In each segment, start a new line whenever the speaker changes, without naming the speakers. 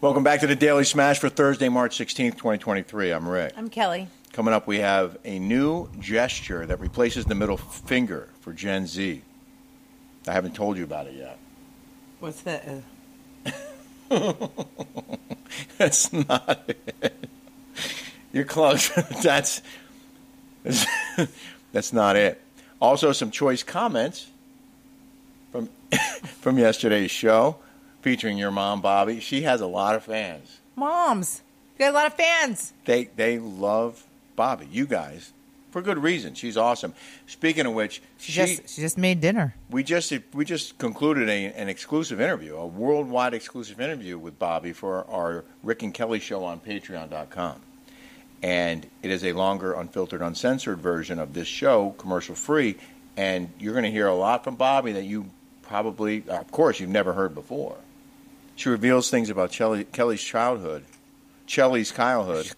Welcome back to the Daily Smash for Thursday, March 16th, 2023. I'm Rick.
I'm Kelly.
Coming up, we have a new gesture that replaces the middle finger for Gen Z. I haven't told you about it yet.
What's that? Uh,
That's not it. You're close. that's that's not it. Also, some choice comments from from yesterday's show featuring your mom, Bobby. She has a lot of fans.
moms. You got a lot of fans.
They they love Bobby. You guys, for good reason. She's awesome. Speaking of which,
She, just she just made dinner.
we just we just concluded a, an exclusive interview, a worldwide exclusive interview with Bobby for our Rick and Kelly show on Patreon.com, and it is a longer, unfiltered, uncensored version of this show, commercial free, and you're going to hear a lot from Bobby that you probably, of course, you've never heard before. She reveals things about Chelly, Kelly's childhood, Chelly's childhood.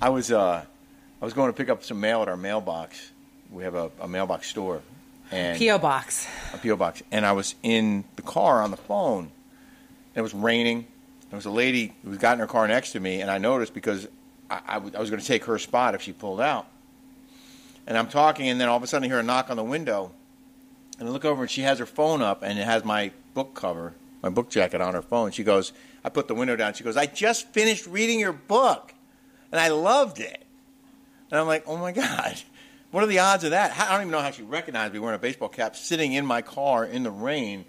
I was uh, I was going to pick up some mail at our mailbox. We have a, a mailbox store and
PO box.
a PO box. And I was in the car on the phone. And it was raining. There was a lady who got in her car next to me, and I noticed because I, I w- I was going to take her spot if she pulled out. And I'm talking, and then all of a sudden I hear a knock on the window, and I look over, and she has her phone up, and it has my book cover, my book jacket on her phone. She goes, I put the window down. She goes, I just finished reading your book, and I loved it. And I'm like, oh my God, what are the odds of that? How- I don't even know how she recognized me wearing a baseball cap, sitting in my car in the rain,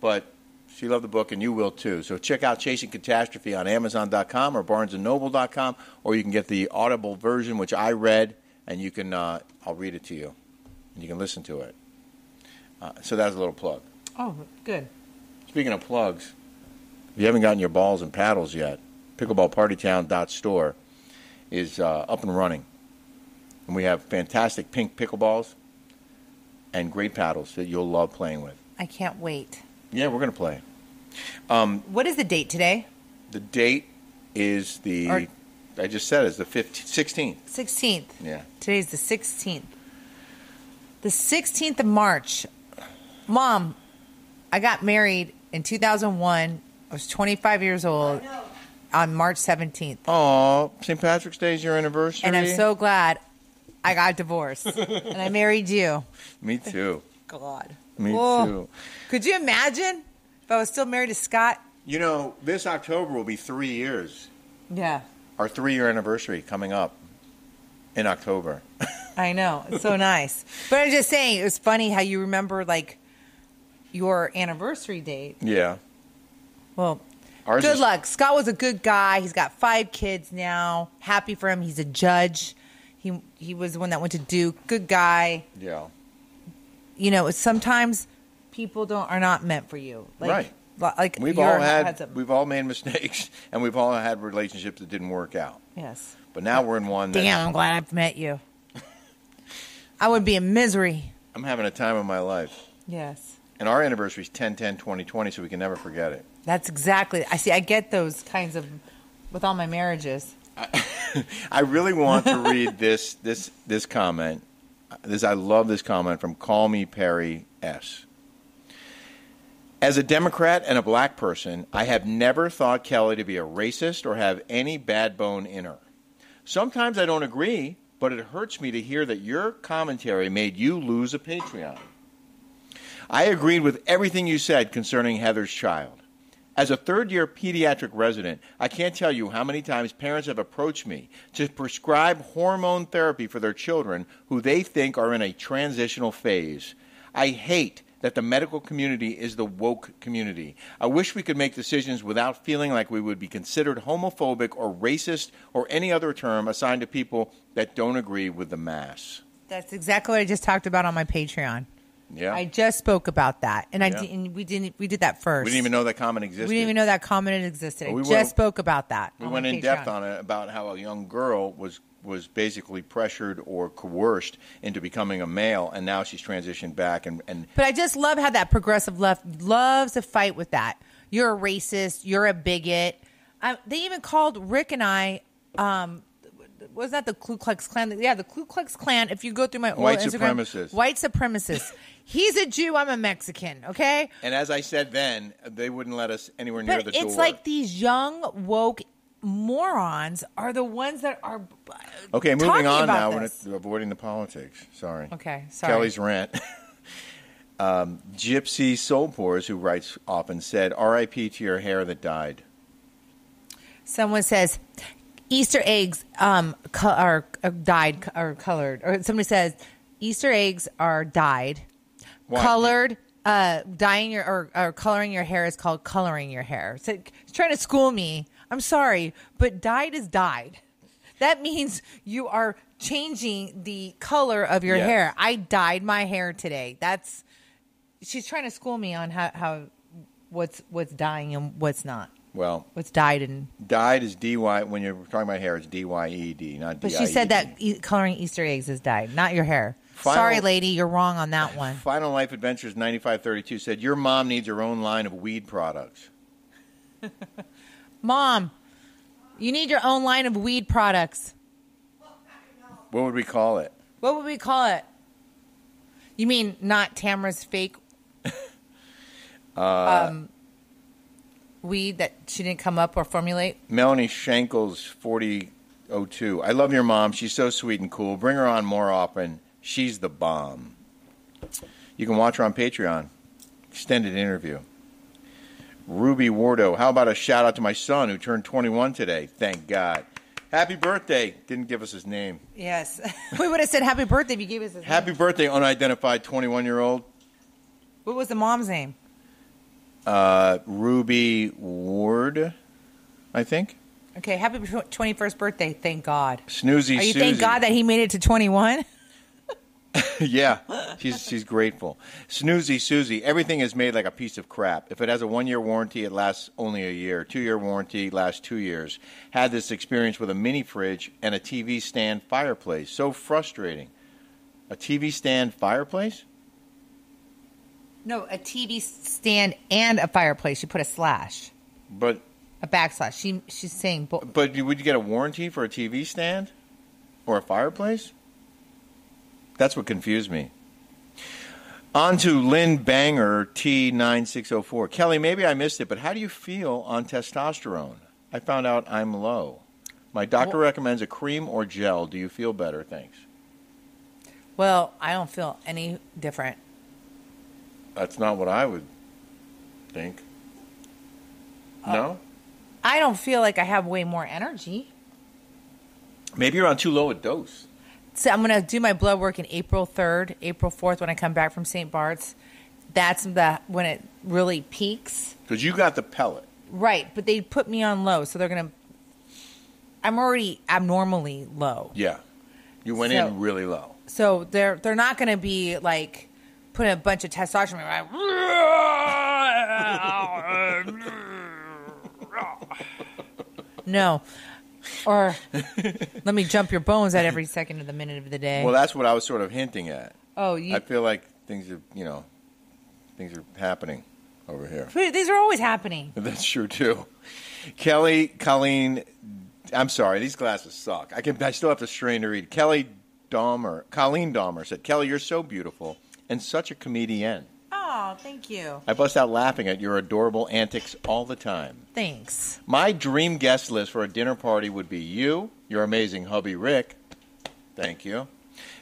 but she loved the book, and you will too. So check out Chasing Catastrophe on Amazon.com or BarnesandNoble.com, or you can get the Audible version, which I read, and you can uh, I'll read it to you, and you can listen to it. Uh, so that's a little plug.
Oh, good.
Speaking of plugs, if you haven't gotten your balls and paddles yet, pickleballpartytown.store is uh, up and running. And we have fantastic pink pickleballs and great paddles that you'll love playing with.
I can't wait.
Yeah, we're going to play.
What is the date today?
The date is the,
Or-
I just said it's the 15th, 16th.
16th.
Yeah.
Today's the 16th. The 16th of March. Mom, I got married in 2001. I was 25 years old on March 17th.
Oh, St. Patrick's Day is your anniversary.
And I'm so glad I got divorced and I married you. Oh,
Me too.
God.
Me
Whoa.
too.
Could you imagine if I was still married to Scott?
You know, this October will be three years,
Yeah,
our three year anniversary coming up in October.
I know. It's so nice. But I'm just saying, it was funny how you remember like your anniversary date.
Yeah.
Well,
Ours
good
is-
luck. Scott was a good guy. He's got five kids now. Happy for him. He's a judge. He he was the one that went to Duke. Good guy.
Yeah.
You know, sometimes people don't are not meant for you.
Right.
li- Like
We've
your
all
heart
had,
some-
we've all made mistakes, and we've all had relationships that didn't work out.
yes.
But now we're in one. that-
Damn, I'm glad I've met you. I would be in misery.
I'm having a time of my life,
Yes.
and our anniversary is 10, 10, 20, 20, so we can never forget it.
That's exactly. I see. I get those kinds of with all my marriages.
I really want to read this this this comment. This I love this comment from Call Me Perry S. As a Democrat and a black person, I have never thought Kelly to be a racist or have any bad bone in her. Sometimes I don't agree, but it hurts me to hear that your commentary made you lose a Patreon. I agreed with everything you said concerning Heather's child. As a third year pediatric resident, I can't tell you how many times parents have approached me to prescribe hormone therapy for their children who they think are in a transitional phase. I hate that the medical community is the woke community. I wish we could make decisions without feeling like we would be considered homophobic or racist or any other term assigned to people that don't agree with the mass.
That's exactly what I just talked about on my Patreon.
Yeah.
I just spoke about that, and I
Yeah.
di- and we didn't. We did that first.
we didn't even know that comment existed.
We didn't even know that comment had existed.
Well, we
I
went-
just spoke about that.
We
on
went
my
in depth
Patreon.
on it about how a young girl was was basically pressured or coerced into becoming a male, and now she's transitioned back. And, and
But I just love how that progressive left loves to fight with that. You're a racist. You're a bigot. I, they even called Rick and I. Um, was that the Ku Klux Klan? Yeah, the Ku Klux Klan. If you go through my old
White
Instagram,
supremacists.
white supremacists. He's a Jew. I'm a Mexican. Okay,
And as I said then, they wouldn't let us anywhere near
but
the
it's
door.
like these young woke morons are the ones that are.
okay,
talking
moving on now.
about
We're
this.
not- avoiding the politics. Sorry.
Okay, sorry.
Kelly's rant. um, Gypsy Soul Pours, who writes often, said, "R.I.P. to your hair that died."
Someone says Easter eggs um co- are, are dyed co- are colored, or somebody says Easter eggs are dyed,
Why?
colored. Uh, dyeing your or, or coloring your hair is called coloring your hair. So it's trying to school me. I'm sorry, but dyed is dyed. That means you are changing the color of your
Yes.
hair. I dyed my hair today. That's she's trying to school me on how, how what's what's dying and what's not.
Well,
What's dyed and
dyed is D Y. When you're talking about hair, it's D Y E D, not D I E D.
But she said that e- coloring Easter eggs is dyed, not your hair.
Final-
Sorry, lady, you're wrong on that one.
Final Life Adventures 9532 said, Your mom needs her own line of weed products.
Mom, you need your own line of weed products.
What would we call it?
What would we call it? You mean not Tamara's fake
Uh,
um, weed that she didn't come up or formulate?
Melanie Shankles 4002. I love your mom. She's so sweet and cool. Bring her on more often. She's the bomb. You can watch her on Patreon. Extended interview. Ruby Wardo. How about a shout out to my son who turned 21 today? Thank God. Happy birthday. Didn't give us his name.
Yes. we would have said happy birthday if you gave us his
Happy
name.
birthday, unidentified 21 year old
What was the mom's name?
uh, Ruby Ward, I think.
Okay, happy 21st birthday. Thank God.
Snoozy
Are you
Susie.
thank God that he made it to 21?
yeah, she's she's grateful. Snoozy Susie. Everything is made like a piece of crap. If it has a one year warranty, it lasts only a year. Two year warranty lasts two years. Had this experience with a mini fridge and a TV stand fireplace. So frustrating. A TV stand fireplace?
No, a TV stand and a fireplace. She put a slash,
But
a backslash. She she's saying bo-
but you- would you get a warranty for a TV stand or a fireplace? That's what confused me. On to Lynn Banger T9604. Kelly, maybe I missed it, but how do you feel on testosterone? I found out I'm low. My doctor recommends a cream or gel. Do you feel better? Thanks.
well, I don't feel any different.
That's not what I would think. no?
I don't feel like I have way more energy.
Maybe you're on too low a dose.
So I'm gonna do my blood work in April 3rd, April 4th when I come back from St. Bart's. That's the when it really peaks.
Because you got the pellet.
Right, but they put me on low, so they're gonna. I'm already abnormally low.
Yeah. You went
So-
in really low.
So they're they're not going to be like putting a bunch of testosterone. right? no, or let me jump your bones at every second of the minute of the day.
Well, that's what I was sort of hinting at.
oh, you,
I feel like things are, you know, things are happening over here.
Wait, these are always happening.
That's true too. Kelly, Colleen, I'm sorry, these glasses suck. I can, I still have to strain to read. Kelly Dahmer, Colleen Dahmer said, "Kelly, you're so beautiful and such a comedian."
Oh, thank you.
I bust out laughing at your adorable antics all the time.
Thanks.
My dream guest list for a dinner party would be you, your amazing hubby Rick. Thank you.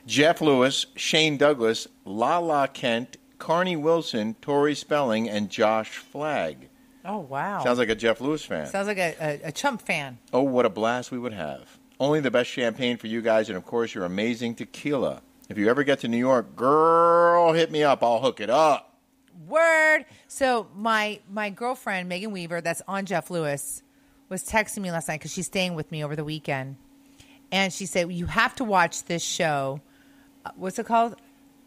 Jeff Lewis, Shane Douglas, Lala Kent, Carney Wilson, Tori Spelling, and Josh Flagg.
Oh wow.
Sounds like a Jeff Lewis fan.
Sounds like a, a, a chump fan.
oh, what a blast we would have. Only the best champagne for you guys, and of course, your amazing tequila. If you ever get to New York, girl, hit me up. I'll hook it up.
Word. So my my girlfriend Megan Weaver, that's on Jeff Lewis, was texting me last night because she's staying with me over the weekend, and she said you have to watch this show. Uh, What's it called?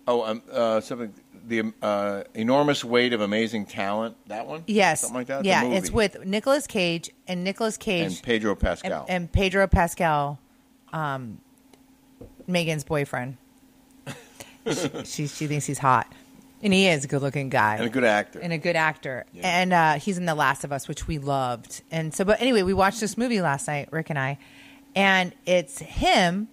Oh, um, uh, something, the uh, enormous weight of amazing talent. That one?
Yes,
Something like that? It's a
Yeah,
movie.
it's with Nicolas Cage and Nicolas Cage
and Pedro
and,
Pascal.
and Pedro Pascal, um, Megan's boyfriend. she, she she thinks he's hot, and he is a good looking guy
And a good actor.
and a good actor.
Yeah.
And uh, he's in The Last of Us, which we loved. And so, but anyway, we watched this movie last night, Rick and I, and it's him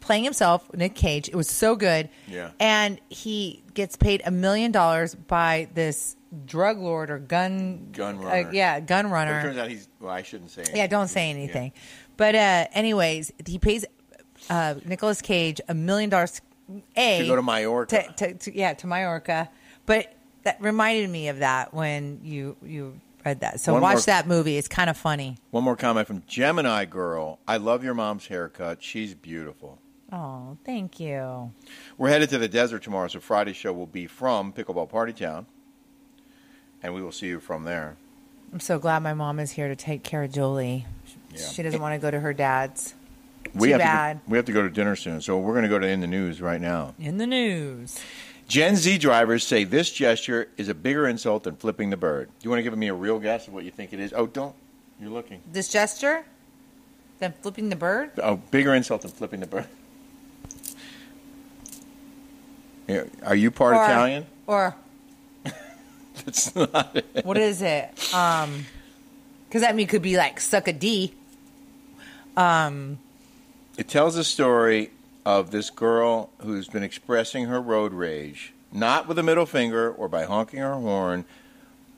playing himself, Nick Cage. It was so good.
Yeah.
And he gets paid a million dollars by this drug lord or gun
Gun
uh,
runner.
yeah, gun
But
runner.
it turns out he's. Well, I shouldn't say. Anything.
Yeah, don't say anything. But uh, anyways, he pays uh, Nicolas Cage a million dollars. A
To go to Majorca.
To, to, to- yeah, to Mallorca. But that reminded me of that when you you read that. So
One
watch
more-
that movie. It's kind of funny.
One more comment from Gemini Girl. I love your mom's haircut. She's beautiful.
Oh, thank you.
We're headed to the desert tomorrow, so Friday's show will be from Pickleball Party Town, and we will see you from there.
I'm so glad my mom is here to take care of Jolie.
Yeah.
She doesn't want to go to her dad's.
We
Too
have
bad.
To go, we have to go to dinner soon, so we're going to go to in the news right now.
In the news.
Gen Z drivers say this gesture is a bigger insult than flipping the bird. Do you want to give me a real guess of what you think it is? Oh, don't. You're looking.
This gesture? Then flipping the bird?
Oh, bigger insult than flipping the bird. Yeah, Are you part
Or-
Italian?
Or
That's not it.
what is it? Um, because that mean could be like suck a D.
It tells the story of this girl who's been expressing her road rage, not with a middle finger or by honking her horn,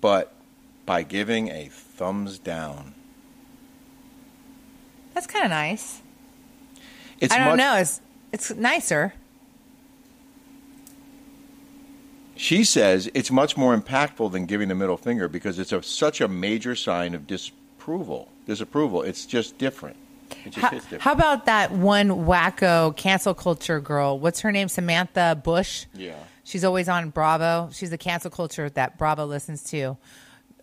but by giving a thumbs down.
That's kind of nice.
It's
I don't
much,
know. It's it's nicer.
She says it's much more impactful than giving the middle finger because it's a, such a major sign of disapproval. Disapproval. It's just different. It just
How,
hits different.
how about that one wacko cancel culture girl? What's her name? Samantha Bush.
Yeah.
She's always on Bravo. She's the cancel culture that Bravo listens to.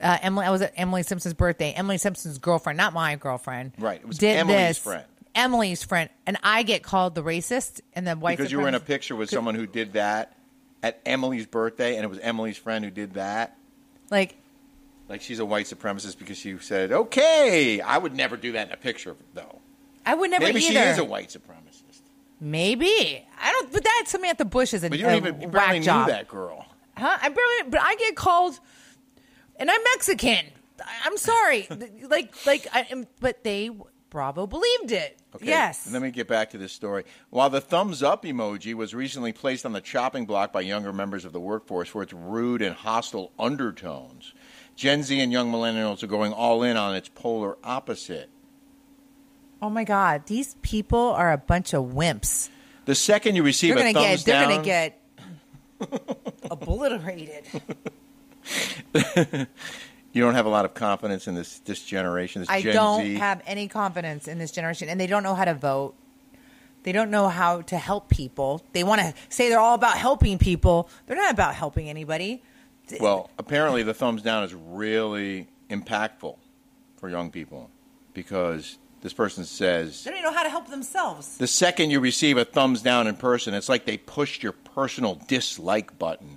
Uh, Emily, I was at Emily Simpson's birthday. Emily Simpson's girlfriend, not my girlfriend,
Right. It was
did
Emily's
this.
friend.
Emily's friend, and I get called the racist and the white.
because you were in a
supremacist.
picture with someone who did that at Emily's birthday, and it was Emily's friend who did that.
Like
Like she's a white supremacist because she said, "Okay, I would never do that in a picture, though."
I would never
Maybe
either.
she is a white supremacist,
Maybe I don't. But that Samantha Bush is a,
but you don't
a
even you barely
whack
knew
job.
that girl.
Huh? I barely. But I get called, and I'm Mexican. I- I'm sorry. like like I am. But they Bravo believed it. Yes.
Let me get back to this story. While the thumbs up emoji was recently placed on the chopping block by younger members of the workforce for its rude and hostile undertones, Gen Z and young millennials are going all in on its polar opposite.
oh my God! These people are a bunch of wimps.
The second you receive
They're
a
gonna
thumbs
get.
down,
They're gonna get obliterated.
you don't have a lot of confidence in this this generation. This
I
Gen
don't
Z.
have any confidence in this generation, and they don't know how to vote. They don't know how to help people. They want to say they're all about helping people. They're not about helping anybody.
Well, apparently the thumbs down is really impactful for young people because this person says
They don't even know how to help themselves.
the second you receive a thumbs down in person, it's like they pushed your personal dislike button.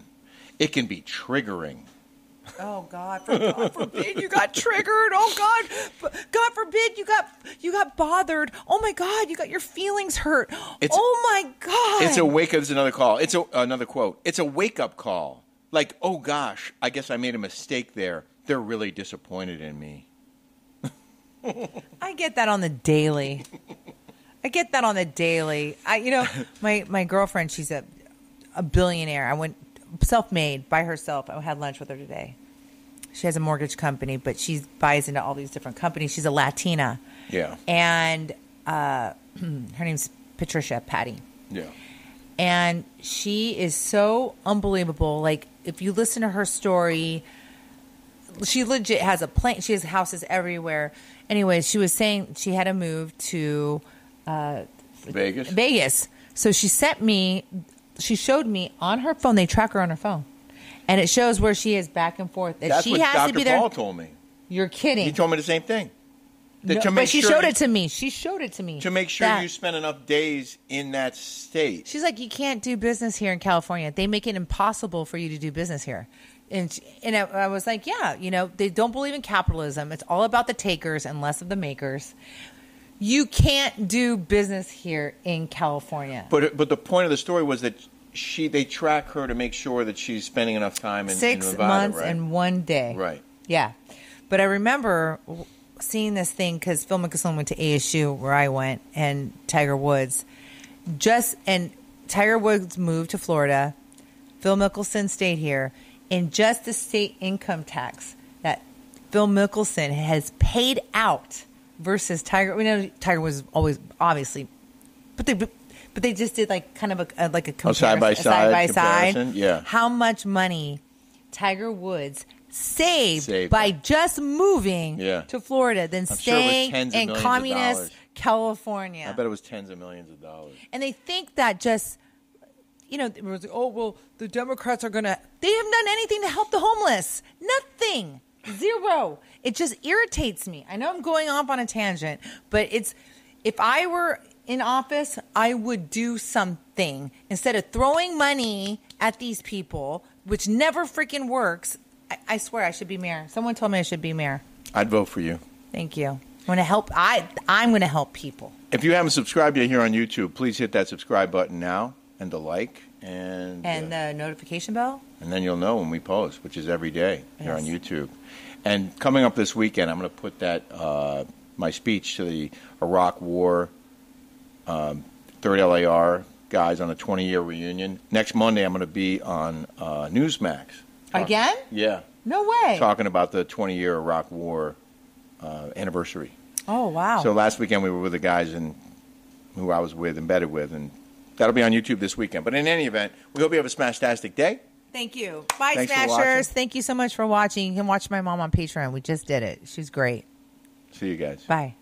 It can be triggering.
Oh God! For God forbid you got triggered. Oh God! God forbid you got you got bothered. Oh my God! You got your feelings hurt.
It's-
oh my God!
It's a wake up. It's another call. It's a, another quote. It's a wake up call. Like, oh gosh, I guess I made a mistake there. They're really disappointed in me.
I get that on the daily. I get that on the daily. I, you know, my my girlfriend, she's a a billionaire. I went self made by herself. I had lunch with her today. She has a mortgage company, but she buys into all these different companies. She's a Latina,
Yeah.
and uh, her name's Patricia Patty
Yeah.
and she is so unbelievable. Like if you listen to her story, she legit has a plane. She has houses everywhere. Anyways, she was saying she had to move to uh,
Vegas.
Vegas. So she sent me, she showed me on her phone. They track her on her phone, and it shows where she is back and forth. That
That's
she
what
has
Dr.
to be there.
Paul told me.
You're kidding.
He told me the same thing. That
No,
to make
but she
sure
showed
you-
it to me. She showed it to me
to make sure
That-
you spend enough days in that state.
She's like, you can't do business here in California. They make it impossible for you to do business here. And she, and I, I was like, yeah, you know, they don't believe in capitalism. It's all about the takers and less of the makers. You can't do business here in California.
But but the point of the story was that she they track her to make sure that she's spending enough time in in
Six
Nevada,
months
right?
and one day.
Right.
Yeah. But I remember seeing this thing because Phil Mickelson went to ASU where I went, and Tiger Woods just and Tiger Woods moved to Florida. Phil Mickelson stayed here, and just the state income tax that Phil Mickelson has paid out versus Tiger. We know Tiger was always obviously, but they but they just did like kind of a, a like a
Oh,
comparison,
side by
a
side
by
comparison? Yeah.
How much money Tiger Woods saved,
Saved.
by just moving
Yeah.
to Florida than
sure it was
staying
tens of
in
millions of dollars.
communist California?
I bet it was tens of millions of dollars.
And they think that just, you know, it was, oh, well, the Democrats are going to, they haven't done anything to help the homeless. Nothing. Zero. It just irritates me. I know I'm going off on a tangent, but it's, if I were in office, I would do something instead of throwing money at these people, which never freaking works. I, I swear I should be mayor. Someone told me I should be mayor.
I'd vote for you.
Thank you. I want to help. I, I'm going to help people.
If you haven't subscribed yet here on YouTube, please hit that subscribe button now and the like, and
And
uh,
the notification bell?
and then you'll know when we post, which is every day here on
Yes.
YouTube. And coming up this weekend, I'm going to put that uh, my speech to the Iraq War um, Third LAR guys on a 20 year reunion next Monday. I'm going to be on uh, Newsmax Talk-
Again?
Yeah,
No way.
talking about the 20 year Iraq War uh, anniversary.
Oh wow!
So last weekend we were with the guys and who I was with, embedded with, and that'll be on YouTube this weekend. But in any event, we hope you have a smashtastic day.
Thank you. Bye,
Thanks for
Smashers.
watching.
Thank you so much for watching. You can watch my mom on Patreon. We just did it. She's great.
See you guys.
Bye.